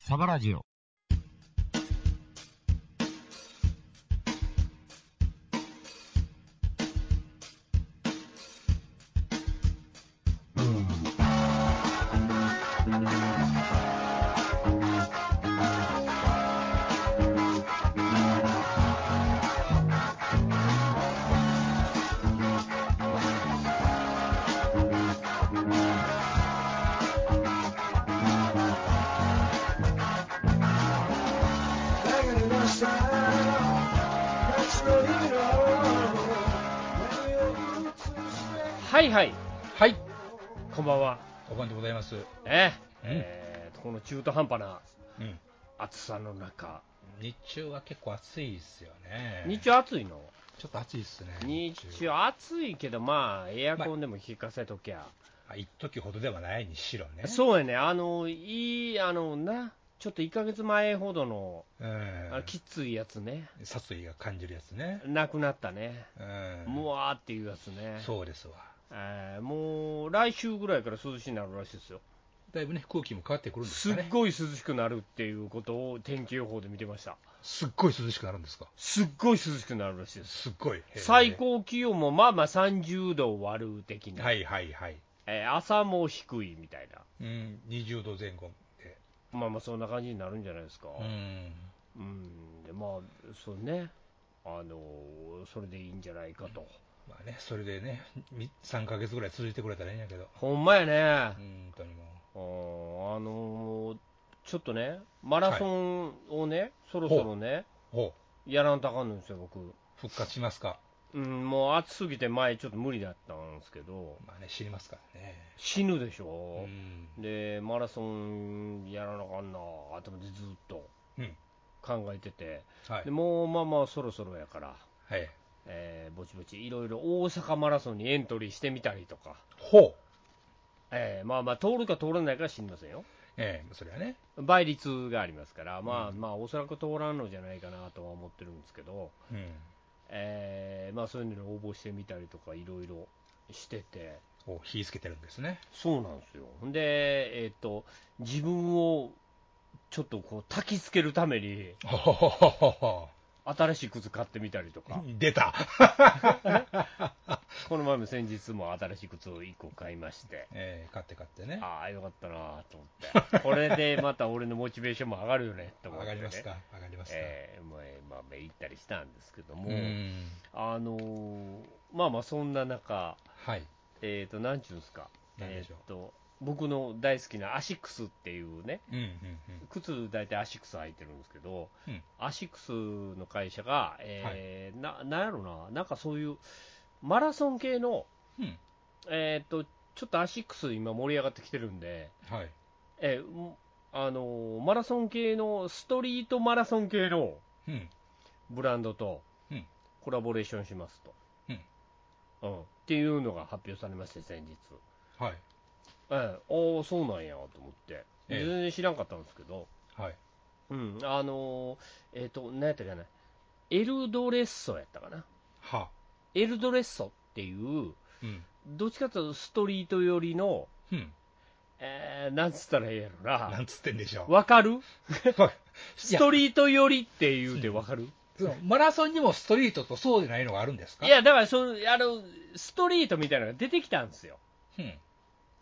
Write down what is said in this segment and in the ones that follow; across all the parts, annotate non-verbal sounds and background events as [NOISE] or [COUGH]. サバラジオ。はいはい、はい、こんばんは。お晩でございます。ね、うんえーとこの中途半端なうん、暑さの中、日中は結構暑いですよね。日中暑いの、ちょっと暑いですね。日中暑いけど、まあ、エアコンでも効かせときゃ、あ一時ほどではないにしろね。そうやね、あの、いい、あの、な、ちょっと1ヶ月前ほどの、う。んあ。きついやつね、殺意が感じるやつね。なくなったね、うん。もわーっていうやつね、そうですわ。えーもう来週ぐらいから涼しになるらしいですよ、だいぶね、空気も変わってくるんですすかっね。ごい涼しくなるっていうことを天気予報で見てました、すっごい涼しくなるんですか。すっごい涼しくなるらしいです。すっごい。へー最。高気温もまあまあ30度を割る的な、はいはいはい。えー朝も低いみたいな、うん、20度前後で。まあまあそんな感じになるんじゃないですか、うん。うん、でまあ、そうね、あのーそれでいいんじゃないかと、まあね、それでね、み3ヶ月ぐらい続いてくれたらいいんやけど。ほんまやね、うん本当にもう。うんあのーちょっとね、マラソンをね、そろそろね、ほやらんとあかんのですよ、僕。う、復活しますか。うん、もう暑すぎて前ちょっと無理だったんですけど、まあね、知りますからね。死ぬでしうょ、ん。でマラソンやらなあかんなあと思ってずっとうん考えてて、はいで。もうまあまあそろそろやから、はい。えーぼちぼちいろいろ大阪マラソンにエントリーしてみたりとか、ほう。えーまあまあ通るか通らないかは知りませんよええそれはね。倍率がありますからまあ、うんまあおそらく通らんのじゃないかなとは思ってるんですけど、うん。えーまあそういうのに応募してみたりとかいろいろしててを火つけてるんですね。そうなんですよほんでえっ、と自分をちょっとこう焚きつけるためにほほほほほ新しい靴買ってみたりとか、 [LAUGHS] 出た。この前も先日も新しい靴を1個買いまして、ええ買って買ってね。ああ、よかったなと思って、これでまた俺のモチベーションも上がるよねと思っわて、かね、りますか。わかりますか。えーまあえーまあまあ行ったりしたんですけども、うん。あのーまあまあ、そんな中、はい。えっ、と、なんちゅうんですか、なんでしょうえーと僕の大好きなアシックスっていうね、うんうんうん。靴、大体アシックス履いてるんですけど、うんアシックスの会社が、えーななんやろな、なんかそういうマラソン系の、うんえーっとちょっとアシックス、今、盛り上がってきてるんで、はい。えーうんあのーマラソン系の、ストリートマラソン系のうん。ブランドとうんコラボレーションしますと、うんうんっていうのが発表されまして、先日。はい。えー、ああ、そうなんやと思って、ええ全然知らんかったんですけど、はい。うん、あのーえっ、と、なんやったかな、エルドレッソやったかな、は。エルドレッソっていう、うん。どっちかというとストリート寄りの、うん。えー、なんつったらええやろなな、んつってんでしょう。わかるいスやトリート寄りって言うてわかるそのマラソンにもストリートとそうでないのがあるんですかい、や、だからそのあの、ストリートみたいなのが出てきたんですよ、うん。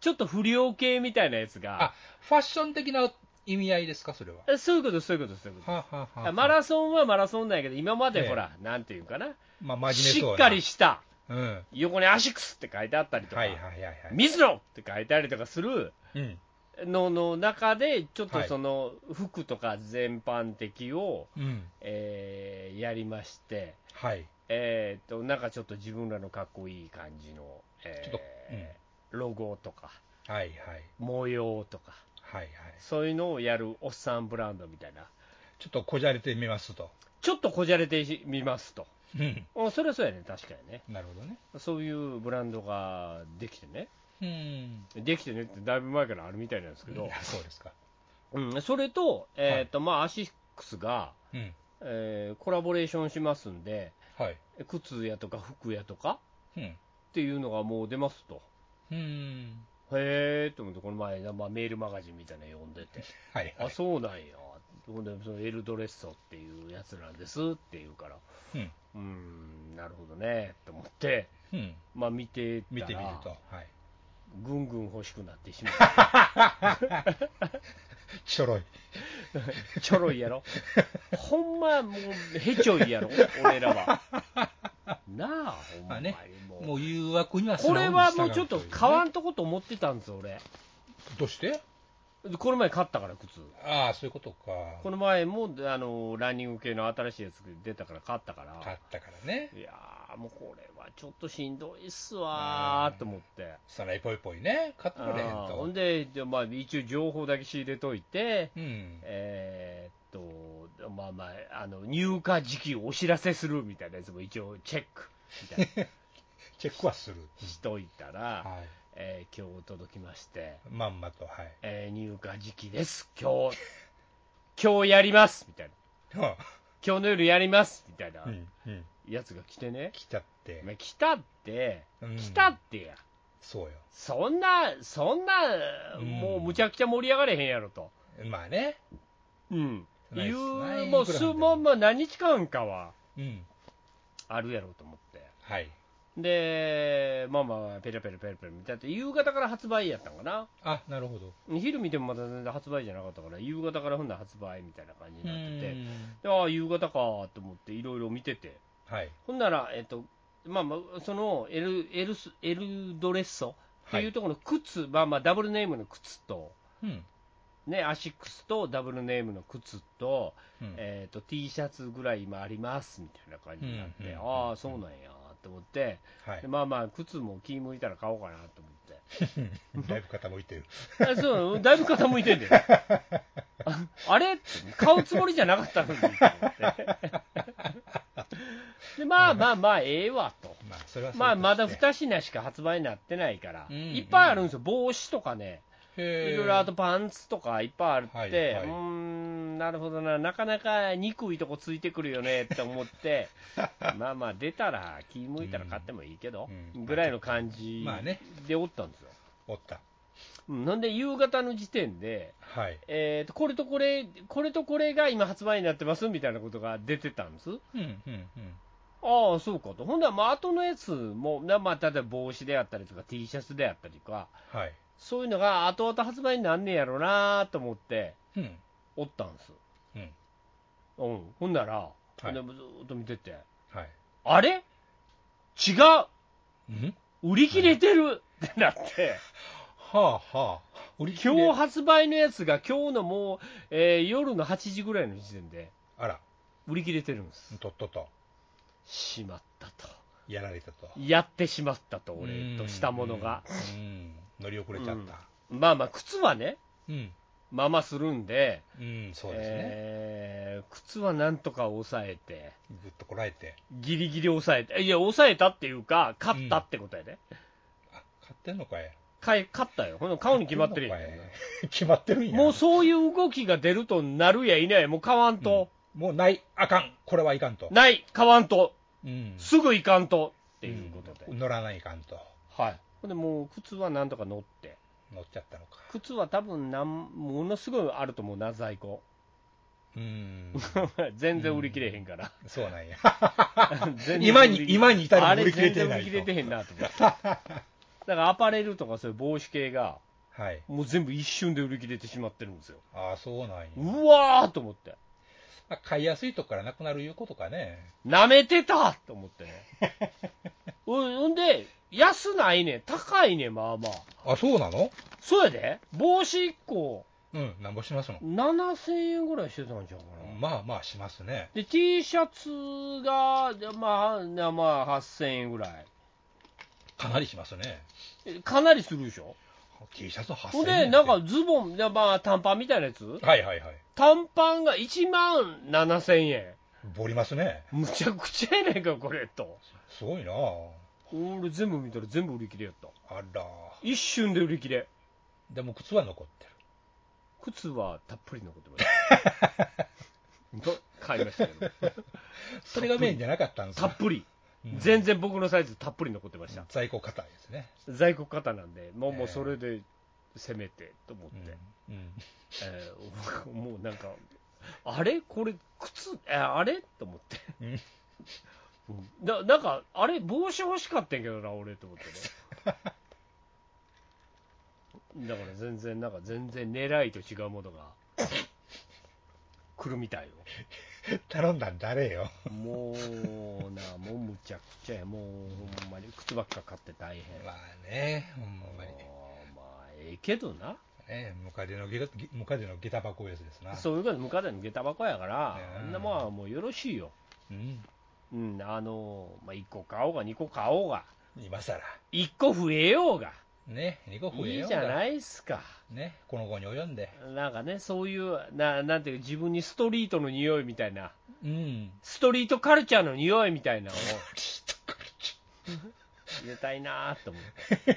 ちょっと不良系みたいなやつがあ、、ファッション的な意味合いですか、それは。えそういうことです、そういうことです、そういうことですはははあマラソンはマラソンなんやけど、今までほら、なんていうかな、まあ、真し面目そうっなかり。した、うん。は横にアシックスって書いてあったりいとか。はいはいはい。水野って書いてあるとかするうん。のの中で、ちょっとはいその服とか全般的を、うん。えーやりまして、はい。えー、となんかちょっと自分らのかっこいい感じの、えーちょっとロゴとかはいはい。模様とか、はいはい。そういうのをやるおっさんブランドみたいな、ちょっとこじゃれてみますと。ちょっとこじゃれてみますと、うん。うんそれはそうやね、確かにね、なるほどね。そういうブランドができてね、うん。できてねってだいぶ前からあるみたいなんですけど、そうですか。うん、それと、えーとまあ、アシックスが、うん。えーコラボレーションしますんで、はい。靴やとか服やとかうん。っていうのがもう出ますと。うん。へーと思って、この前、まあ、メールマガジンみたいなの読んでて、はい、はあ、い。そうなんやほんでそのエルドレッソっていうやつなんですって言うから、うんうーん、なるほどねと思って、うん、まあ、見てたら見てみると、はい、ぐんぐん欲しくなってしまう、 [LAUGHS] ちょろい、ちょろいやろ、ほんまもう、へちょいやろ、俺らは。なあ、ほんままあに、ねももう。う誘惑には素こ直に従れはもうちょっとというね買わんとこと思ってたんです、俺。どうしてこの前買ったから、靴。ああ、そういうことか、この前も、あの、ランニング系の新しいやつ出たから買ったから。買ったからね、いやー、もうこれはちょっとしんどいっすわーと思って。さらいぽいぽいね、買ってあくれへんーほんと、で、でまあ、一応情報だけ仕入れといて、うん、えーっと、まあまあ、あの、入荷時期をお知らせするみたいなやつも一応チェックみたいチェックはする、なしといたら、 [LAUGHS] はい、えー今日届きまして、まんまと、はい、えー入荷時期です、今日、 [LAUGHS] 今日やりますみたいな。は今日の夜やりますみたいなあうんうん、やつが来てね。来たってお、前来たって、うん来たってや。そうよ、そんな、そんな、うんもうむちゃくちゃ盛り上がれへんやろと。まあね、うん。ナイいスナイう、ンもうグラン数ド万、も何日間かはうん、あるやろと思って。はい、で、まあまあ、ペラペラペラペラ見たって、夕方から発売やったんかな。あなるほど、昼見てもまだ全然発売じゃなかったから、夕方からほんなら発売みたいな感じにうなってて、んでああ、夕方かと思って、いろいろ見てて、はい、ほんなら、えっと、まあまあ、そのエルエルスエルドレッソっていうところの靴、まあまあ、ダブルネームの靴と、うん、ね、アシックスとダブルネームの靴と,、うん、えー、と T シャツぐらい今ありますみたいな感じになって、うんうんうんうんああそうなんやと思って、はでい、まあまあ靴も気向いたら買おうかなと思ってだいぶ傾いてる、あそうだいぶ傾いてんだよああれ買うつもりじゃなかったのにと思ってでまあまあまあええわと。まあ、それはそれまあ、まだとして2品しか発売になってないから、うんうんいっぱいあるんですよ、帽子とかね、へーいろいろあとパンツとかいっぱいあるって、はいはいうーん、なるほどな、なかなか憎いとこついてくるよねって思 [LAUGHS] って、まあまあ、出たら、気向いたら買ってもいいけど、うんぐらいの感じまあねでおったんですよ。おった。うんなんで、夕方の時点で、はい。えーとこれとこれ、これとこれが今発売になってますみたいなことが出てたんです。うんうんああ、そうかと。ほんなら、まあ、後のやつも、なまあ、例えば帽子であったりとか、T シャツであったりとか、はい。そういうのが後々発売になんねやろうなと思って、うん。おったんです。うん。うん、ほんなら、いでずーっと見てて、はい。あれ違うんう売り切れてる、っ [LAUGHS] てなって、はあはあ。売り切れ今日発売のやつが今日のもう、えー夜の8時ぐらいの時点であら、売り切れてるんです。とっとと、しまったと。やられたと。やってしまったと、俺としたものが。うん。うん乗り遅れちゃった。まあまあ、靴はね、うん。まあまあするんで、うん、そうですね。えー靴はなんとか抑えて、ぐっとこらえて。ギリギリ抑えて、いや、抑えたっていうか、勝ったってことやね。あ、買ってんのかい。買い勝ったよ。ほんなら買うに決まってるやん買んのかい [LAUGHS] 決まってるんや。もうそういう動きが出るとなるやいないやもう買わんと、もうない。あかん。これはいかんと。ない、買わんと、うん。すぐ行かんとっていうことで、乗らないかんと。はい。ほんでもう靴はなんとか乗って、乗っちゃったの [LAUGHS] か。靴は多分なん、ものすごいあると思うな、在庫。 [LAUGHS] うん。全然売り切れへんから。そう [LAUGHS] なんや。全然今に今に至るまであ売り切れてないと全然売り切れてへんなと思って。だからアパレルとかそういう帽子系が、はい。もう全部一瞬で売り切れてしまってるんですよ。ああ、そうなんや。うわーと思って。まあ買いやすいとこからなくなるいうことかね。なめてたと思 [LAUGHS] ってね。うんほんで、安ないねん高いねんまあまあ。あ、そうなのそうやで、帽子1個、うん、なんぼしますの。 7000円ぐらいしてたんちゃうかな。まあまあしますね。で、T シャツが、でまあ、なまあ、8000円ぐらい。かなりしますね。えかなりするでしょ T シャツ8000ほん円。で、なんか、ズボン、でまあ、短パンみたいなやつはいはいはい。短パンが1万7000円。ボリますね。むちゃくちゃやねんか、これ、と。すごいなあ俺、全部見たら全部売り切れやった。あら。一瞬で売り切れ。でも靴は残ってる。靴はたっぷり残ってます。 [LAUGHS] と買いましたけど、それがメインじゃなかったんですたよっ。ぷり、うん全然僕のサイズたっぷり残ってました。在庫硬いですね。在庫型なんで、もうええもうそれで攻めてと思って、うん。うん [LAUGHS] えーもうなんか、あれこれ靴えあれと思ってうんだ [LAUGHS] なんかあれ帽子欲しかったんやけどな俺と思って [LAUGHS] ねだから全然なんか全然狙いと違うものが来るみたいよ頼んだん誰よ。もうな、もうむちゃくちゃや、もうほんまに靴ばっか買って大変。まあね、ほんまに。あーまあ、ええけどな、ね、ムカデのゲタ、ムカデのゲタ箱やつですな。そういうこと、ムカデの下駄箱やからね、えあんなもんはもうよろしいよ。うん。うん、あの、まあ、1個買おうが、2個買おうが、今更。 1個増えようが、ね、二個増えいよいうじゃがないっすか。ね、この後に及んで。なんかね、そういう、ななんていう自分にストリートの匂いみたいな、うん。ストリートカルチャーの匂いみたいなのを入れたいなーと思って。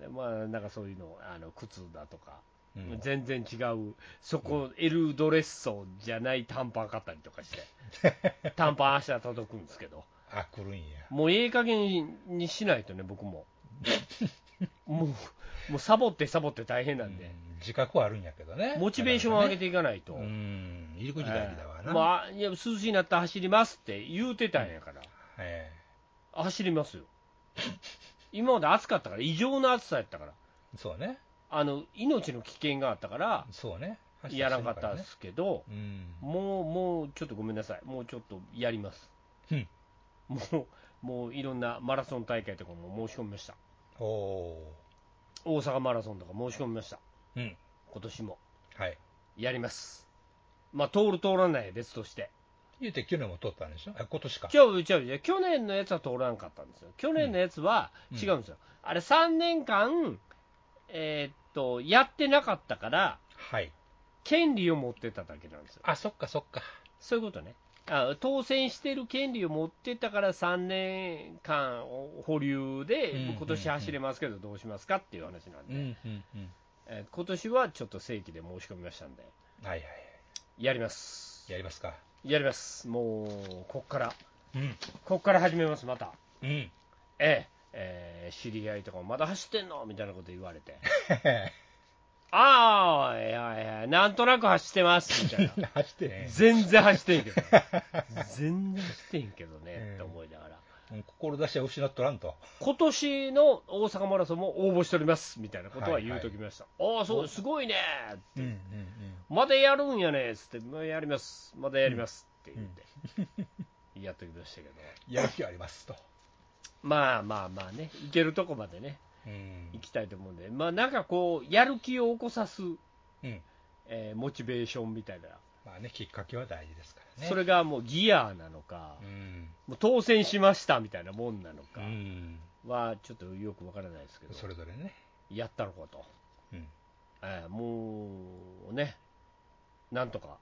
でまあ、なんかそういうの、あの靴だとか、うん全然違う、そこ、エルドレッソじゃない短パン買ったりとか [LAUGHS] して、短パン明日届くんですけど、あ、来るんや。もうええ加減にしないとね、[LAUGHS] 僕も。もう、もうサボってサボって大変なんで、うん自覚はあるんやけどね。モチベーションを上げて。ていかないと。うん。入り口大事だわえな。えまあ、いや涼しいなったら走りますって言うてたんやから、え走りますよ。今まで暑かったから、異常な暑さやったから、えそうね。あの命の危険があったから、そうね。やらなかったんねで。すけど、うん。もう、もうちょっとごめんなさい、もうちょっとやります。うんもう、もういろんなマラソン大会とかも申し込みました。おお大阪マラソンとか申し込みました。ー。うん。今年もはい。やります。まあ、通る通らないは別として。言うて去年も取ったんでしょあ、今年か。今日、違う違う去年のやつは通らんかったんですよ。去年のやつはうん違うんですよ。あれ3年間、えーっと、やってなかったから、はい。権利を持ってただけなんですよ。あ、そっかそっか。そういうことね。あ当選してる権利を持ってたから3年間を保留でうんうんうん、今年走れますけどどうしますかっていう話なうんで、んうんうん。えー今年はちょっと正規で申し込みましたんで、はいはい。やります。やりますか。やります。もう、こっから、うん。こっから始めます、また。 [LAUGHS] うん。えええー知り合いとかもまだ走ってんのみたいなこと言わ [LAUGHS] れて、ああ、いやいや、なんとなく走ってます、みたい [LAUGHS] な。走ってね。全然走ってん [LAUGHS] けど、全然走ってんけどね、って思いながら。うん志は失っとらんと。今年の大阪マラソンも応募しておりますみたいなことは言うときました、ああ、そう、すごいね、うんうんまだやるんやねっつって、まあやります、まだやりますって言って、やっときましたけど、うん。やる気はありますと。まあまあまあね、行けるとこまでね、うん行きたいと思うんで、まあなんかこう、やる気を起こさす、うん。えーモチベーションみたいな、まあね、きっかけは大事ですからね。それがもうギアなのか、うん。もう当選しましたみたいなもんなのうかん。は、ちょっとよくわからないですけど、それぞれね。やったのかと。うん。えーもうね、なんとか、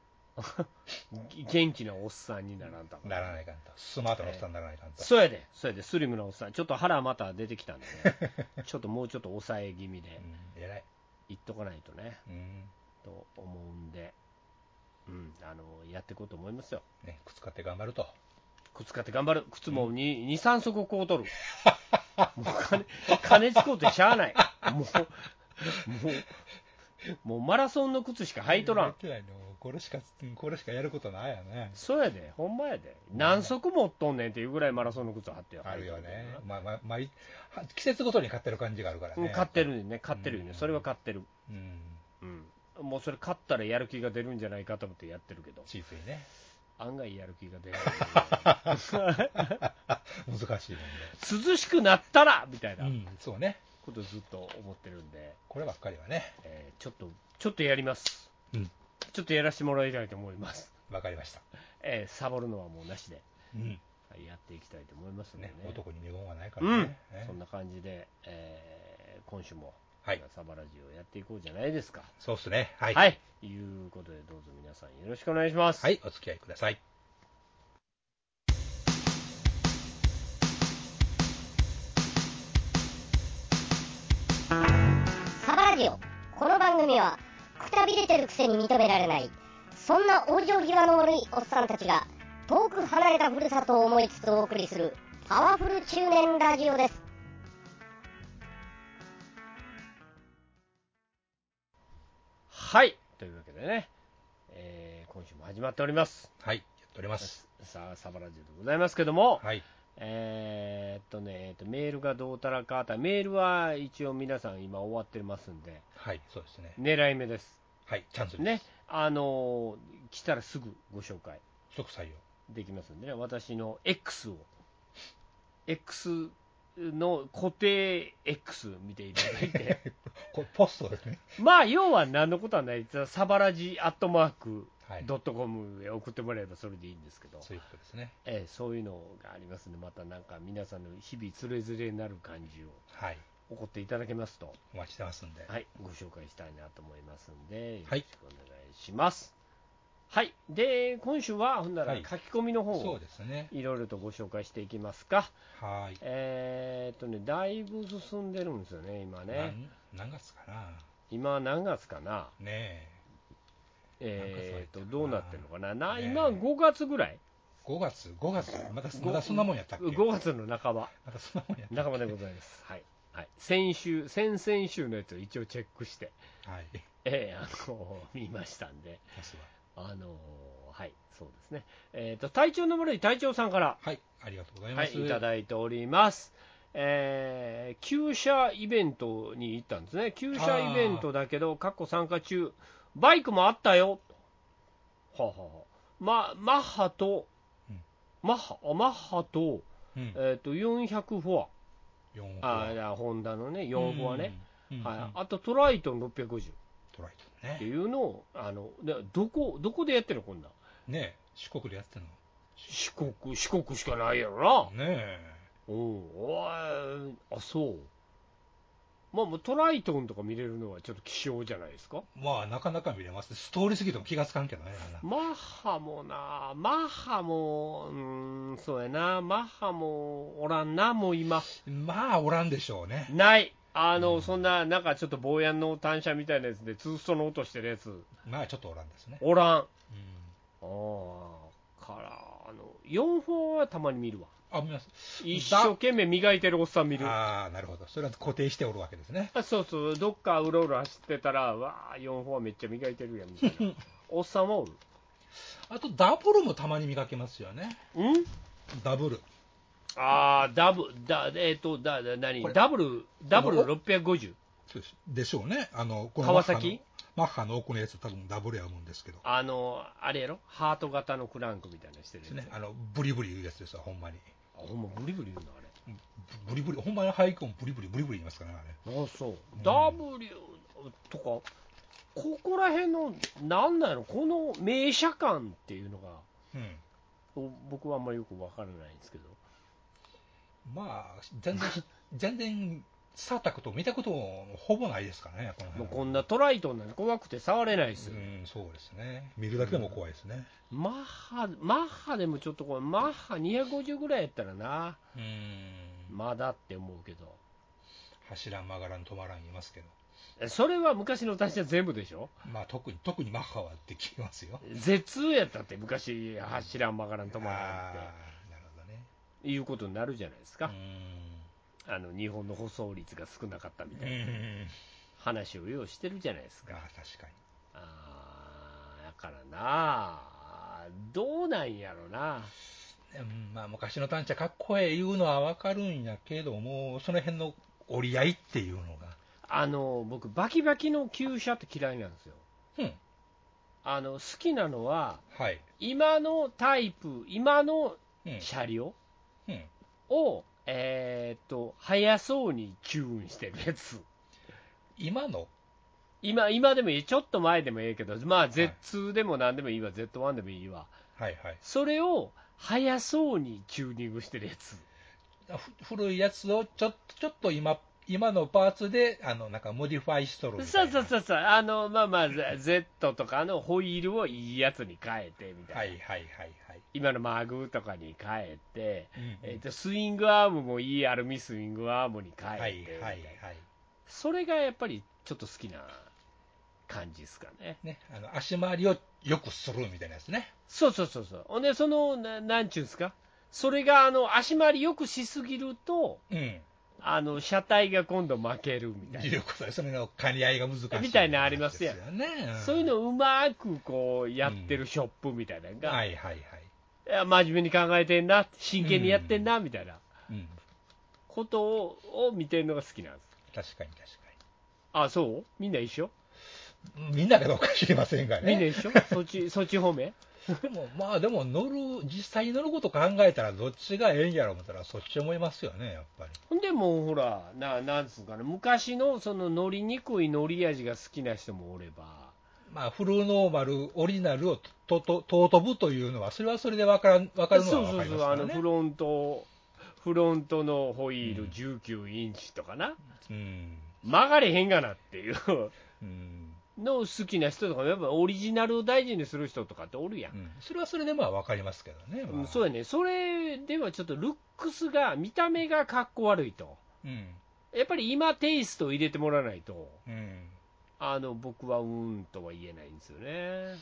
[LAUGHS] 元気なおっさんにならんとならないかんと。スマートなおっさんにならないかんと。そうやで、そうやで、スリムなおっさん、ちょっと腹また出てきたんで [LAUGHS] ね、ちょっともうちょっと抑え気味で、うん。偉い。いっとかないとね、うん。と思うんで、うん、あのやっていこうと思いますよ。ね、靴買って頑張ると。靴買って頑張る、靴も2、2 3足こうとる、 [LAUGHS] もう金金使うてしゃあない、もう、もう、もうマラソンの靴しか履いとらやんっ。てないのこれしか、うんこれしかやることないよね。そうやで、ほんまやで、何足持っとんねんっていうぐらいマラソンの靴貼ってあるよね。まあまあ、まあ、い季節ごとに買ってる感じがあるからうんね。買ってるよね、買ってるよね、うんそれは買ってる、うん。うん、もうそれ買ったらやる気が出るんじゃないかと思ってやってる [LAUGHS] けど、ついついね。案外やる気が出難しいもんね。、ない、 [LAUGHS] 涼しくなったらみたいうなんそうね。ことずっと思ってるんで、こればっかりはね。えーちょっと、ちょっとやります、うんちょっとやらせてもらいたいと思います、わかりました。えーサボるのはもうなしで、うん。はいやっていきたいと思いますのでねね、、男に見本はないかうらんね。ねそんな感じで、えー今週も。はい。サバラジオやっていこうじゃないですか。そうっすね。はい。はい。い、うことで、どうぞ皆さんよろしくお願いします。はい、お付き合いください。サバラジオこの番組はくたびれてるくせに認められないそんな往生際の悪いおっさんたちが遠く離れたふるさとを思いつつお送りするパワフル中年ラジオですはい。というわけでね、えー今週も始まっております。はい、やっております。さあ、サバラジオでございますけども、はい、えーっとね、えーっとメールがどうたらかあたり、メールは一応皆さん今終わってますんで、はい、そうですね。狙い目です。はい、チャンスです。ね、あのー来たらすぐご紹介即採用。できますんでね、私の X を、X の固定 X 見ていただ [LAUGHS] いて、これ、ポストです [LAUGHS] ね。まあ、要は何のことはない、サバラジアットマークはい、ドットコムへ送ってもらえばそれでいいんですけど、そういうことですね。ええそういうのがありますので、またなんか皆さんの日々つれづれになる感じをはい、送っていただけますと、お待ちしてますんで。はい、ご紹介したいなと思いますんで、よはろいしくお願いします。はい、で、今週は、ほんならはい書き込みの方そうをですね。いろいろとご紹介していきますか。はい。えーっとね、だいぶ進んでるんですよね、今ね。なん何月かな。今何月かな。ねえー、となんかどそうやったかなうなってるのかな、なねえ今、5月ぐらい、え。5月、5月、まだごまだそんなもんやったっけ5月の半ば、まだそんなもんやったっ半ばでございます、はいはい、先週、先々週のやつを一応チェックして、けはい。ええあの見ましたんで、さすがあのはい、そうですね、えーと体調の悪い隊長さんから、はい、ありがとうございはまい、す。いただいております。えー、旧車イベントに行ったんですね、旧車イベントだけど、過去参加中、バイクもあったよ、はあはあはあま、マッハと、うんマッハあマッハと,、うん、えー、と400フォ4ア、あーあホンダのね、4フォアね、、うんうんうんはい、あとトライトン650トライトってね。いうのを、あのでどこどこでやってるの、こんなんねえ四国でやってんの。四国、四国しかないやろな、ねえ。うん、おいあそう。まあ、もうトライトンとか見れるのはちょっと希少じゃないですかまあ、なかなか見れます。ストーリーすぎても気がつかんけどね。あのマッハもなマッハもうーんそうやなマッハもおらんなもう今まあ、おらんでしょうね。ないあの、そんななんかちょっと坊やんの単車みたいなやつでツーストの音してるやつまあ、ちょっとおらんですね。おらんあうんあからあの4本はたまに見るわあ、見ます。一生懸命磨いてるおっさん見るあああ、なるほど。それは固定しておるわけですね。そうそうどっかうろうろ走ってたらわあ4本はめっちゃ磨いてるやんみたい [LAUGHS] なおっさんはおるあと、ダブルもたまに見かけますよね。んダブル。ああダブだえっ、とだだ何これダブルダブル650でしょうね。あの、この川崎マッハのマッハの奥のやつ、多分ダブルや思うんですけど。あの、あれやろ、ハート型のクランクみたいなのしてるでやすつ、ね。あの、ブリブリ言うやつですわ、ほんまに。あほんま、ブリブリ言うな、あブリブリ、ほんまにハイコンブリブリブリブリ言いますからね、あれ。れ。あそう、W とか、ここら辺の、なんなんやろ、この名車感っていうのが、うん。お僕はあんまりよくわからないんですけど、まあ、全然、全然、サータクと見たこともほぼないですからね、このもう辺こんなトライトンなんて怖くて触れないですうよ、ん、そうですね。見るだけでも怖いですね。マッハ、マッハでもちょっとこれ、マッハ250ぐらいやったらな、うん。まだって思うけど、走らん曲がらん止まらん言いますけど。えそれは昔の私は全部でしょ、まあ、特に、特にマッハはって聞きます [LAUGHS] よ。 Z やったって、昔、走らん曲がらん止まらんってあ。ーなるほどね。いうことになるじゃないですう。か、あの日本の舗装率が少なかったみたいなん話をようしてるじゃないですまか、あ、確かに。あーだからなあ、どうなんやろな、うんまあ、昔の単車かっこええ言うのはわかるんやけども、その辺の折り合いっていうのが。あの僕、バキバキの旧車って嫌いなんですよ、うん。あの好きなのは、はい。今のタイプ、今のうん。車両うん、を、えーっと速そうにチューンしてるやつ。今の、今今でもいい、ちょっと前でもいいけど、まあ、い Z2 でも何でもいいわ、Z1 でもいいわ、はいはい。それを速そうにチューニングしてるやつ。ふ古いやつをちょっと、ちょっと今、今のパーツで、あの、なんかモディファイしとるみたそいうな。そうそうそう、あの、まあまあ、Z とかのホイールをいいやつに変えてみたいな。はいはいはいはい。今のマグとかに変えて、うんえっとスイングアームもいいアルミスイングアームに変えて、はいはいはい。それがやっぱりちょっと好きな感じですかね。ね、あの足回りを良くするみたいなやつね。そうそうそうそう。ほんで、その、ななんちゅうんですか、それがあの足回りよくしすぎると、うん。あの車体が今度負けるみたい [LAUGHS] いうことで、それの兼ね合いが難しい、みたいなのありますやんん。ね、な、そういうののうまくこうやってるショップみたいなのが、はいいはいはい。や真面目に考えてんな、真剣にやってんなみたいなうん、ことをを見てるのが好きなんです。確かに確かあ、そうみんな一緒に。みんながどうか知りませんがみんなね。一緒そ [LAUGHS] っち、そっち方面でも、まあでも乗る、実際に乗ること考えたら、どっちがええんやろ思ったら、そっち思いますよね、やっぱり。ほんでもうほら、ななんつうかね、昔のその乗りにくい乗り味が好きな人もおれば、まあ、フルノーマル、オリジナルをとと尊ぶというのは、それはそれで分からん分かるのそは分うそかうりまそう、すからあのねフ。ロント、フロントのホイーうルん19インチとかな、うん曲がれへんがなっていううんのを好きな人とか、やっぱオリジナルを大事にする人とかっておるやんう。んそれはそれでまあ分かりますけどね、うまあんそうやね、それではちょっとルックスが、見た目がかっこ悪いと、うんやっぱり今、テイストを入れてもらわないと、うんあの僕はうーんとは言えないんですよね。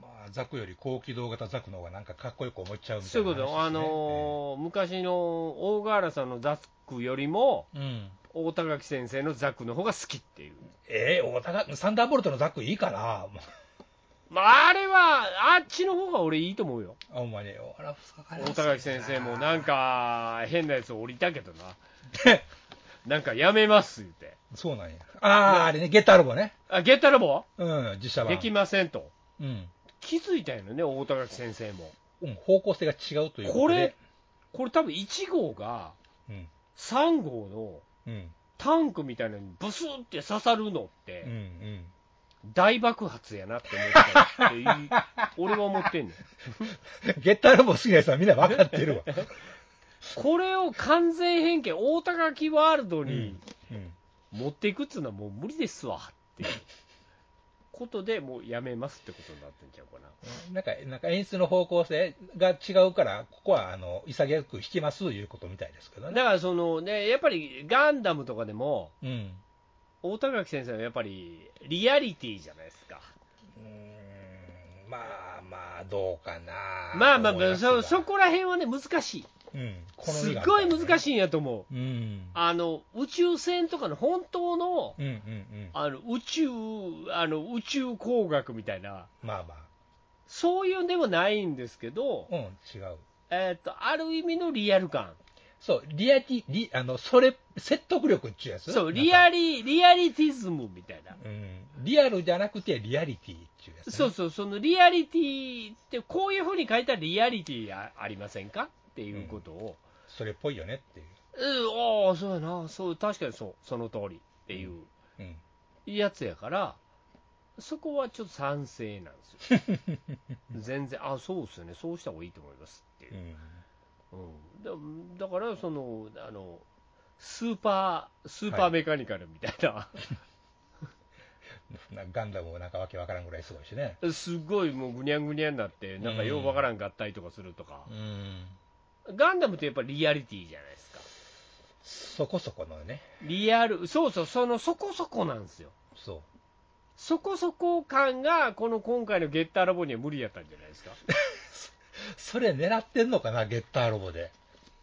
まあ、ザクより高機動型ザクの方がなんかかっこよく思っちゃうみたそういいうなこ話ですね、と、あのー昔の大河原さんのザクよりも、ええうん大高木先生のザクの方が好きっていう、ええ大高サンダーボルトのザクいいかな、もうまあ、あれは、あっちの方が俺、いいと思うよ、あほんまに、あら大高木先生も、なんか変なやつ降りたけどな、なんかやめます言って、 [LAUGHS] そうなんや、ああ、あれね、ゲッターロボね、あゲッタロボうん、実写版できませんと、うん気づいたんやろね、大高木先生も。うん、方向性が違うというこことれで、、これ多分1号がうん3号のうんタンクみたいなのにブスーって刺さるのって。うんうん、 [LAUGHS] 大爆発やなって思ったってい俺は思ってんねんゲッターロボ好きなやつはみんな分かってる [LAUGHS] わ。これを完全変形大高木ワールドにうん持っていくっつうのはもう無理ですわって [LAUGHS] いうことでもうやめますってことになってんちゃうかななんか、なんか演出の方向性が違うから、ここはあの潔く引きますということみたいですけどね。だからそのねやっぱりガンダムとかでもうん。大高木先生はやっぱりリアリティじゃないですかうーんまあまあ、どうかな。まあまあま思いあすがそそこら辺はね難しいうん、すっごい難い。しいんやと思ううん。あの宇宙船とかの本当のうんうんうん。あの宇宙あの宇宙工学みたいな、まあまそういうんでもないんですけどあ、、うん、違う。えっとある意味のリアル感、そう、リアティ、リあのそれ、説得力っていうやつそうリアリ。リリアリティズムみたいな、うん。リアルじゃなくて、リアリティっていうやつ、ね。そうそう、そのリアリティって、こういうふうに書いたらリアリティあありませんかっていうことを、それっぽいよねっていう。うんああ、そうやな、そう確かにそう、その通りっていううん。やつやから、そこはちょっと賛成なんですよ。 [LAUGHS] 全然、あそうですよね、そうした方がいいと思いますっていうう。ん。うん、だだからそのあのスーパースーパーメカニカルみたいな、なガンダムもなんかわけわからんぐらいすごいしね。すごいもうぐにゃんぐにゃんになってなんかようわからん合体とかするとかう、ん。ガンダムってやっぱリアリティじゃないですかそこそこのね。リアルそうそうそのそこそこなんですよそう。そこそこ感がこの今回のゲッターラボには無理やったんじゃないですか [LAUGHS] それ狙ってんのかな、ゲッターロボで。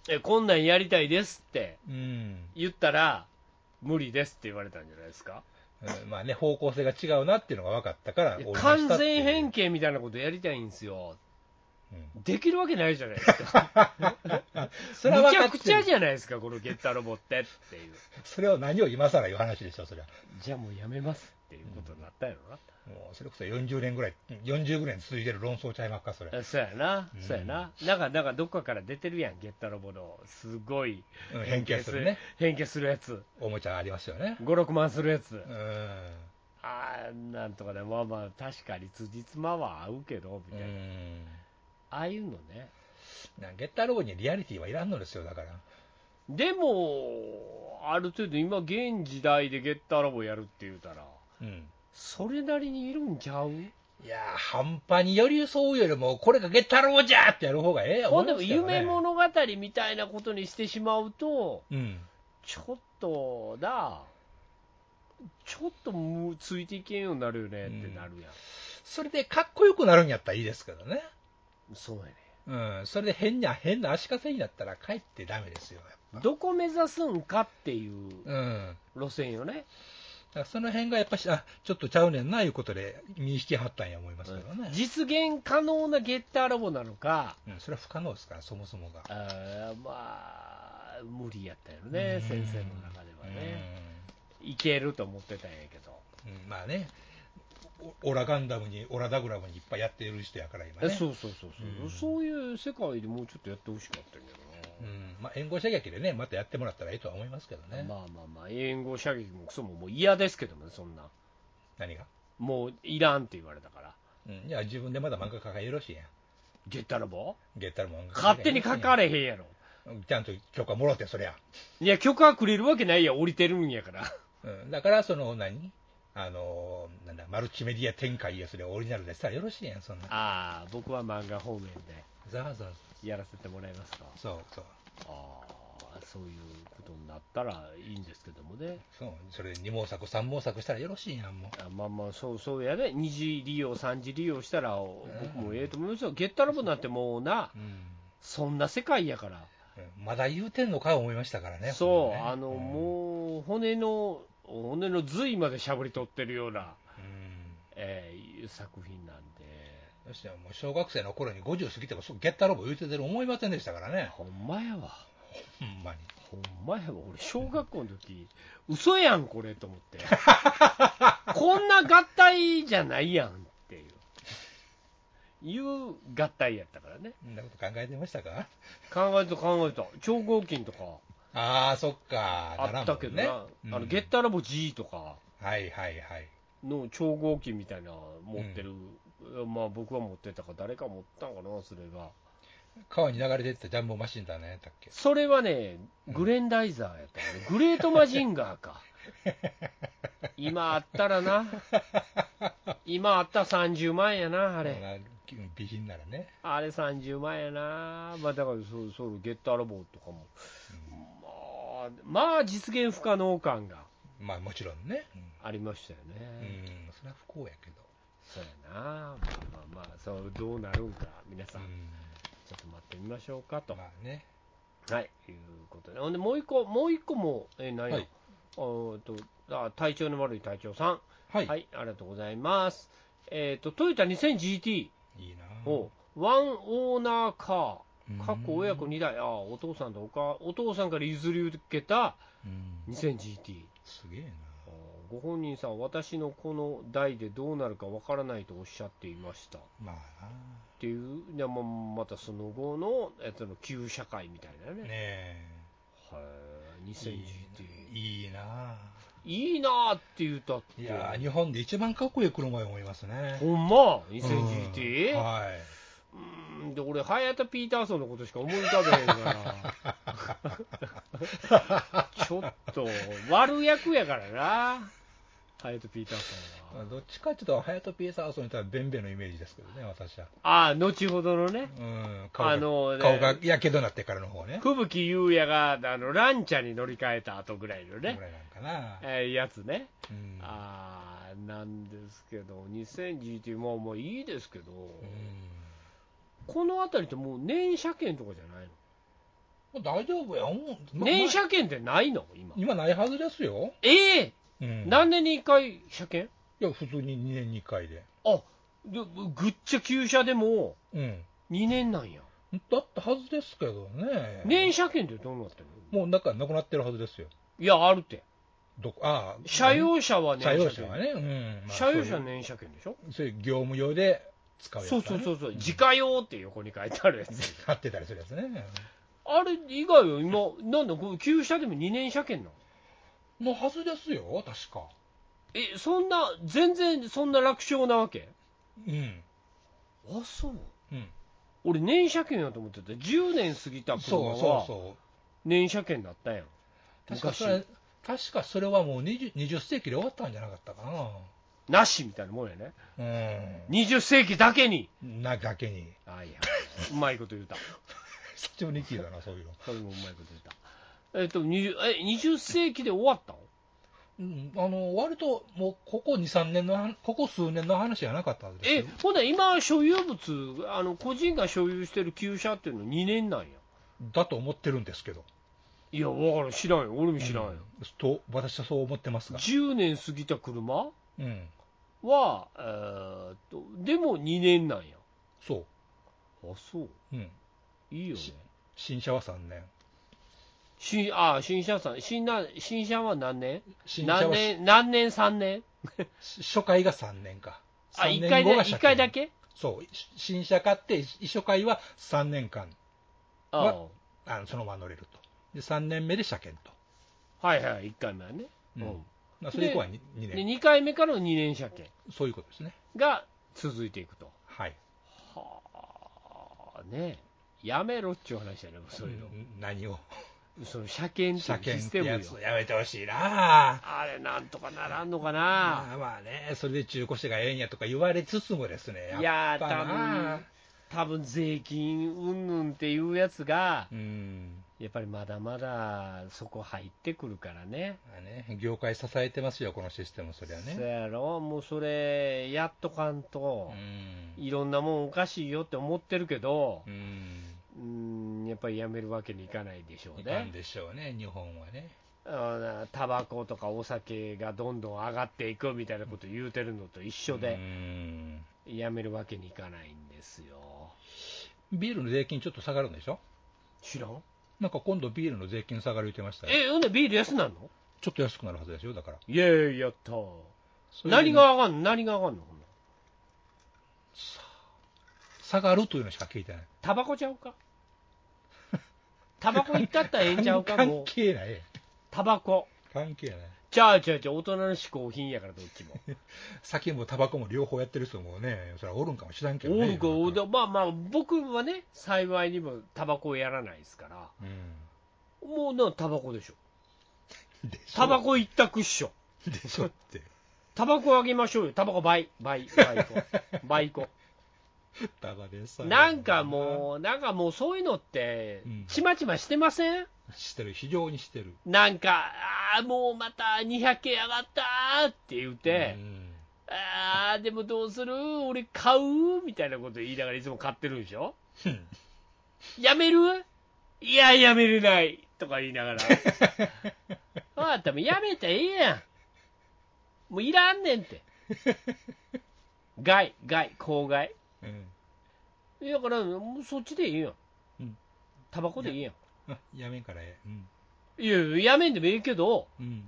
えこんなんやりたいですってうん。言ったら無理ですって言われたんじゃないですかうんまあね、方向性が違うなっていうのが分かったからいや、応援した完っていう全変形みたいなことやりたいんですようんできるわけないじゃないですか [LAUGHS] それは分むちかゃっくてちゃるじゃないですか、このゲッターロボってっていう。それを何を今更言う話でしょ、それは。じゃあもうやめますっていうことになったんやろもうそれこそ40年ぐらい、40ぐらい続いてる論争ちゃいまっか、それ。な。そうやなう、んそうやな。なんか、なんかどっかから出てるやん、ゲッターロボの。すごいうん変形するね。変形するやつ。おもちゃありますよね。 5、6万するやつう。ん。あーなんとかね、まあまあ、確かに辻褄は合うけど、うみたいな。ん。ああいうのね。なゲッターロボにリアリティはいらんのですよ、だから。でも、ある程度今現時代でゲッターロボやるって言うたら、うん。それなりにいるんちゃういやー、半端に寄り添うよりも、これがゲッターロボじゃーってやる方がええやほんでも夢の。物語みたいなことにしてしまうと、うん。ちょっとな、ちょっともうついていけんようになるよねってなるやん、それでかっこよくなるんやったらいいですけどね。そうやね、うん、それで変な、変な足かせになったら帰ってダメですよ、やっな。どこ目指すんかっていううん。路線よね。だからその辺がやっぱし、あちょっとちゃうねんないうことで認識はったんや思いますけどね。実現可能なゲッターロボなのか、うん、それは不可能ですから、そもそもが。あーまあ、無理やったよね、うん先生の中ではね。いけると思ってたんやけど。うんうんまあね、オオラガンダムに、オラダグラムにいっぱいやってる人やから、今えね。そうそうそうそう、うんそういう世界でもうちょっとやってほしかったけうどんまあ、援護射撃でね、またやってもらったらいいとは思いますけどな、ね、まあまあまあ援護射撃もクソももう嫌ですけどもねそんな何が、もういらんって言われたからうん、いや、自分でまだ漫画家がよろしいやん、ゲッタロボゲッタル漫画勝手に書かれへんやろちゃんと許可もろって、そりゃ、いや許可くれるわけないやん降りてるんやからうん、だから、その、何、あのーなんだ、マルチメディア展開や、それオリジナルでさ、よろしいやん、そんな、ああ僕は漫画方面ざわざわ、でやらせてもらいますかそうそう、ああそういうことになったらいいんですけどもねそうそれ、二毛作、三毛作したらよろしいやん、もう。あまあまあそうそうやね2次利用3次利用したら僕もええと思いますよゲッタロボなんてもうなうんそんな世界やから、うんまだ言うてんのか思いましたからね。そう、ほんまねあの、んもう骨の骨の髄までしゃぶり取ってるような、うんえーいう作品なんで、よしもう小学生の頃に50過ぎてもそうゲッターロボ言うててる思いませんでしたからね、ほんまやわ、ほんまに。ほんまやわ、俺、小学校の時嘘やん、これと [LAUGHS] 思って、こんな合体じゃないやんっていう。いう合体やったからねそんなこと考えてましたか考えた考えた超合金とかああ、そっか。あったけどな、ならんもんあのゲッターラボ G とか、はいはいはい。の超合金みたいなの持ってる、まあ僕は持ってたか誰か持ったんかなそれが川に流れてったジャンボマシンだね、だっけ。それはねグレンダイザーやったよね、グレートマジンガ [LAUGHS] ーか今あったらな今あったら30万やなああれ備品ならね。あれ30万やなまあだからそうそうゲッターロボとかも、まあまあ実現不可能感がまあもちろんね。ありましたよね、うん。うんそれは不幸やけど。そうやなまあまあまあそうどうなるんか皆さんうんちょっと待ってみましょうかと、まあね。はい、いうことで、ほんでもう一個、もう一個も、えー、何や、はいおーっとあ体調の悪い隊長さん、は。はいい、ありがとうございます。えっ、と、トヨタ 2000GT いいなを、ワンオーナーカうんー、過去親子2台、あーお父さんとおかお父さんから譲り受けたうん。 2000GT。すげえな。あーご本人さん、私のこの代でどうなるかわからないとおっしゃっていましたっまあていう、でまあまたその後のえっとの旧社会みたいなねな。ねえ。はい 2000GT いいないいなーって言うたっていやー日本で一番かっこいい車や思いますね。ほんまうん 2000GT はい。うんで俺ハヤタ・ピーターソンのことしか思い浮かべへんから [LAUGHS] ちょっと悪役やからなハヤタ・ピーターソンまあはどっちかっていうと、ハヤトピエサーソンにいたらベンベのイメージですけどね、私は。ああ後ほどのねうん、顔が、あのね顔がやけどなってからの方ね。吹雪優也があのランチャに乗り換えた後ぐらいのねぐらいなんかな。えーやつねうんああなんですけど 2000GT ももういいですけど、うんこの辺りってもう年車券とかじゃないのもう大丈夫や、もうま年車券ってないの今まあ。今ないはずですよ。ええうん何年に1回車券いや、普通に2年2回で。あでぐっちゃ旧車でもうん。 2年なんや。だったはずですけどね。年車券ってどうなってるのもうなんかなくなってるはずですよ。いや、あるって。どこ、ああ。車用車は年車車用券。車はね。うん。まあ車用車そういう年車券でしょそういう業務用で使うやつ、そね。。うそうそううそう、自家用って横に書いてあるやつ。買ってたりするやつね。あれ以外は今、なんだ、こう旧車でも2年車券なののはずですよ、確か。え、そんな、全然そんな楽勝なわけうん。あ、そう。うん。俺、年車券やと思ってた。10年過ぎた車そはうそうそ年車券だったやんう。確かそれ、確かそれはもう 20, 20世紀で終わったんじゃなかったかなしみたいなもんやねな。 20世紀だけにうん。なだけに。 [LAUGHS] あいやうまいこと言うた社長に聞いたな、そういうの。それもうまいこと言うたえっと 20, え20世紀で終わったのうん。あの、割と、もう、ここ2、3年の話、ここ数年の話じゃなかったんですえよ。ほな今所有物あの個人が所有してる旧車っていうの2年なんやだと思ってるんですけど。いや、わからん、知らんよ、俺も知らんよ。と私はそう思ってますが、 10年過ぎた車うん、は、えーっと、でも2年なんや。そあ、そう。う、うん、いいよね。新車は3年、新、あ、新車さん、新な、新車は何年新車何は年、何年、3年し初回が3年か、あ、 3 1年回後で、が車一回検だけそう、し新車買って、い初回は3年間、あああのそのまま乗れると、で3年目で車検と、はいはい、1回目はね。ううんん。まあ、それ以降は 2, で、年、 2回目からの2年車検そういうことですね、が続いていくと。はい、はあ、ねえやめろっちゅう話やね、もうそういうの。ん何を、その車検車っていうシ検っスてテムやよ。つ、やめてほしいなあ。あれ、なんとかならんのかまな。あまあね、それで中古車がええんやとか言われつつもですね、いやー、っぱな多分多分税金うんぬんっていうやつが、うん、やっぱりまだまだそこ入ってくるからね。まあね、業界支えてますよ、このシステム、そりゃそね。やろ、もうそれ、やっとかんうと、んいろんなもんおかしいよって思ってるけどう、んうーん、やっぱりやめるわけにいかないでしょういかんね。でしょうね、日本はね。あータバコとかお酒がどんどん上がっていくみたいなこと言うてるのと一緒うで、んやめるわけにいかないんですよ。ビールの税金ちょっと下がるんでしょ知らんなんか今度ビールの税金下がる言ってましたよ。え、ほんでビール安なんのちょっと安くなるはずですよ、だから。イェーイ、やったー。それで何が上がんの何が上がんの下がるというのしか聞いてない。タバコちゃうかタバコ行ったったらええんちゃう [LAUGHS] かも関う。係ない。タバコ。関係ない。ちゃうちゃうちゃう、大人の嗜好品やから、どっち [LAUGHS] も。酒もタバコも両方やってる人もね、それはおるんかもしれんけどおね。るか、世のお中るかまあまあ、僕はね、幸いにもタバコをやらないですから、うんもうな、タバコでしょ。でしょタバコ一択っしょ。でしょって。タバコあげましょうよ。タバコ倍、倍、倍個。 [LAUGHS] 倍個。タバでさ。なんかもう、なんかもうそういうのってうん、ちまちましてませんう。してる、非常にしてる。なんか、ああ、もうまた200件上がったーって言うてう、んああ、でもどうする俺買うみたいなこと言いながらいつも買ってるんでしょうんやめるいや、やめれないとか言いなが [LAUGHS] ら。ああ、多分やめたらええやん。もういらんねんって。害、害、公害。うんだから、もうそっちでいいやんうん。タバコでいいやん。あやめんからええ。うんいやいや、やめんでもええけど、うん。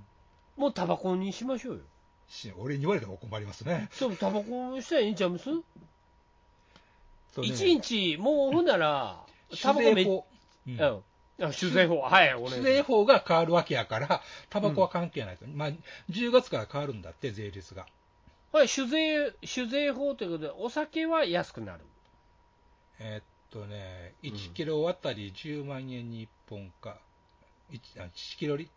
もうタバコにしましょうよ。し俺に言われても困りますね。そう、タバコにしたらええんちゃいますそうね一日、もうほんなら、タバコ酒め税っち法。うゃ、んうん。あ酒税法、はい、お願いし酒ま税す。法が変わるわけやから、タバコは関係ないと、まあ、10月から変わるんだって、税率が。これ酒税、酒税法ということで、お酒は安くなる。えーっとね、ん1キロあたり10万円に1本か、1, あ1キロリ、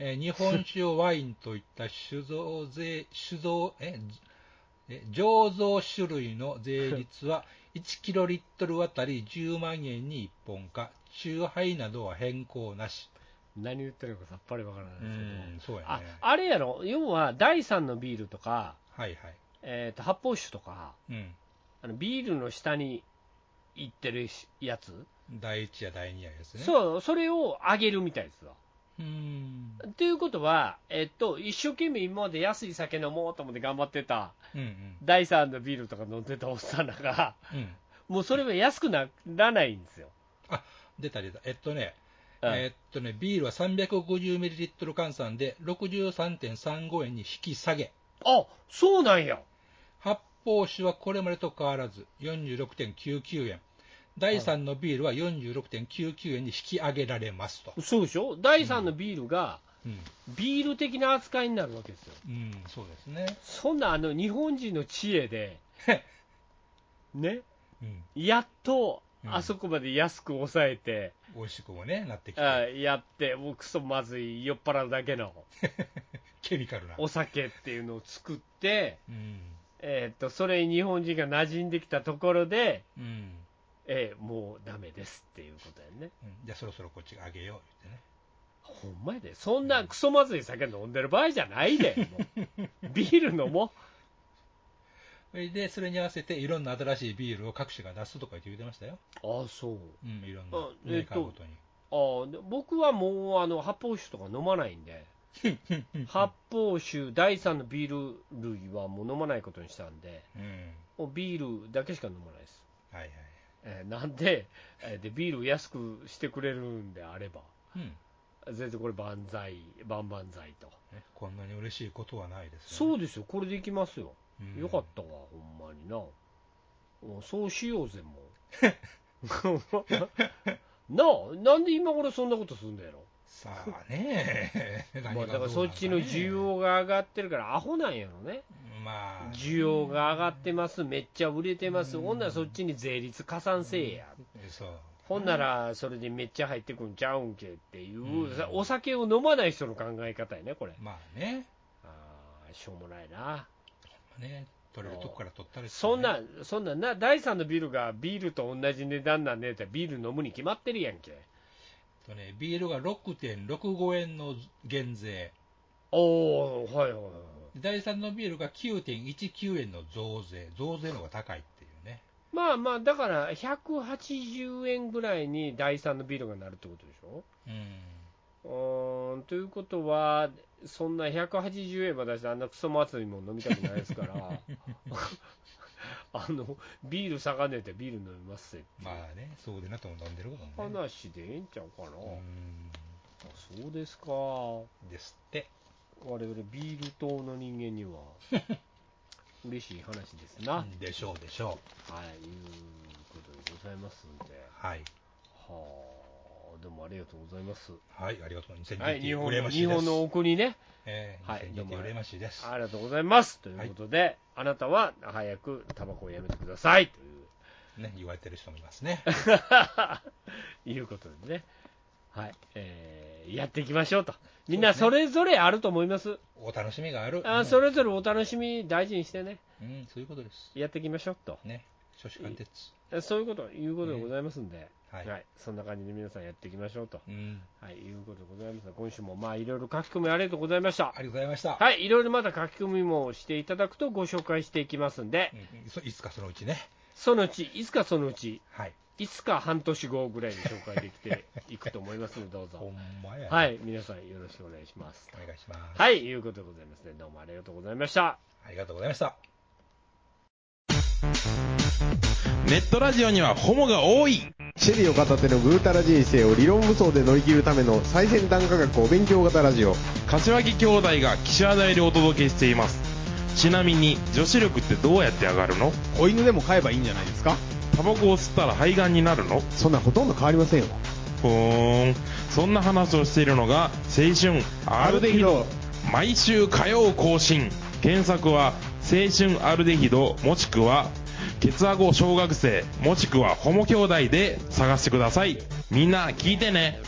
えー日本酒をワインといった酒造税、酒造、え、え醸造種類の税率は1キロリットルあたり10万円に1本か、酎ハイなどは変更なし。何言ってるのかさっぱりわからないですけどうん、そうやあね。あれやろ、要は第3のビールとか、はいはい。えー、と発泡酒とか、うん。あのビールの下に行ってるしやつ、第1や第2やですね。う。そうそれを上げるみたいですわ。うん。ということは、えっと、一生懸命今まで安い酒飲もうと思って頑張ってたうんうん。第3のビールとか飲んでたおっさんらが、うん。もうそれは安くならないんですよ。出た出た。えっとね、うんえーっとね、ビールは 350ml 換算で63.35円に引き下げ、あそうなんや。発泡酒はこれまでと変わらず46.99円、第3のビールは46.99円に引き上げられますと。そうでしょ第3のビールが、うん、ビール的な扱いになるわけですよ。うん、そうですね。そんなあの日本人の知 [LAUGHS] 恵で、ね、うん、やっとうんあそこまで安く抑えて、美味しくもね、なってきあて、やって、もうクソまずい、酔っ払うだけのケミカルな。お酒っていうのを作って、うん、えー、とそれに日本人が馴染んできたところで、うん、えーもうダメですっていうことやね。うんじゃあそろそろこっち上げよう言ってね。ほんまやで、そんなクソまずい酒飲んでる場合じゃないで、も [LAUGHS] うビール飲もそれで、それに合わせていろんな新しいビールを各種が出すとか言って言ってましたよ。う。あそう。うん、いろんなあえメーーっとカーごとに。ああで僕はもうあの発泡酒とか飲まないん [LAUGHS] で発泡酒第3のビール類はもう飲まないことにしたんでうん。もうビールだけしか飲まないです、はいはい。えーなんで,、えーでビールを安くしてくれるんであればうん。全然これ万歳万々歳と、ねこんなに嬉しいことはないですね。そうですよこれでいきますよ、うんよかったわほんまになおそうしよう [LAUGHS] [LAUGHS] ぜもうなあなんで今頃そんなことするんだやろさあね [LAUGHS] まあ、だからそっちの需を。要が上がってるから、アホなんやろね、まあ、需要が上がってます、めっちゃ売れてます、ほんならそっちに税率加算せえや、そう。ほんならそれでめっちゃ入ってくんちゃうんけっていう、うんさお酒を飲まない人の考え方やね、これ、まあね。あーしょうもないな、ね。取れるとこから取ったりしてねそんな、そんなな、第3のビールがビールと同じ値段なんねって、ビール飲むに決まってるやんけ、とね、ビールが6.65円の減税、おー、はいはいはい、第3のビールが9.19円の増税、増税の方が高いっていうね、まあまあ、だから180円ぐらいに第3のビールがなるってことでしょ。うん、うーんということは、そんな180円ま出して、あんなクソまつりも飲みたくないで [LAUGHS] すから、あのビール下がんねえって、ビール飲みますって、まあね、そうでなとも飲んでることもね、話でええんちゃうかうな、あそうですか、我ん、ですって、々ビール党の人間に [LAUGHS] は、嬉しい話ですな、はい、でしょうでしょいうことでございますんで、う、はい、はあ、どうもありがとうございます。はい、ありがとう、2020、はい、日本羨のまし日いで本す、のお国ね。えーはいどうも2020、羨ましいです、ありがとうございます。ということで、あなたは早くタバコをやめてくださいといね、言われてる人もいますね、ういうことでね、はいえーやっていきましょうと、みんなそれぞれあると思います、お楽しみがある、うあんそれぞれお楽しみ大事にしてね、うん、そういうことです、やっていきましょうと、ね、諸子貫徹、そういうこと、いうことでございますんで、はい、はい、そんな感じで皆さんやっていきましょうと、うん、はい、いうことでございます今週もまあいろいろ書き込みありがとうございましたあ。りがとうございました、はい、いろいろまた書き込みもしていただくとご紹介していきますんでう、んいついつかそのうちね、そのうち、いつかそのうち、はい、いつか半年後ぐらいに紹介できていくと思いますので、ど [LAUGHS] うほぞ。んまや、はい、皆さんよろしくお願いします。お願いします。はい、いうことでございますね。どうもありがとうございました。ありがとうございました。ネットラジオにはホモが多いシェリーを片手のぐうたら人生を理論武装で乗り切るための最先端科学お勉強型ラジオ柏木兄弟が岸和田よりお届けしていますちなみに女子力ってどうやって上がるの子犬でも飼えばいいんじゃないですかタバコを吸ったら肺がんになるのそんなほとんど変わりませんよふーんそんな話をしているのが青春アルデヒド毎週火曜更新検索は青春アルデヒドもしくはケツアゴ小学生もしくはホモ兄弟で探してくださいみんな聞いてね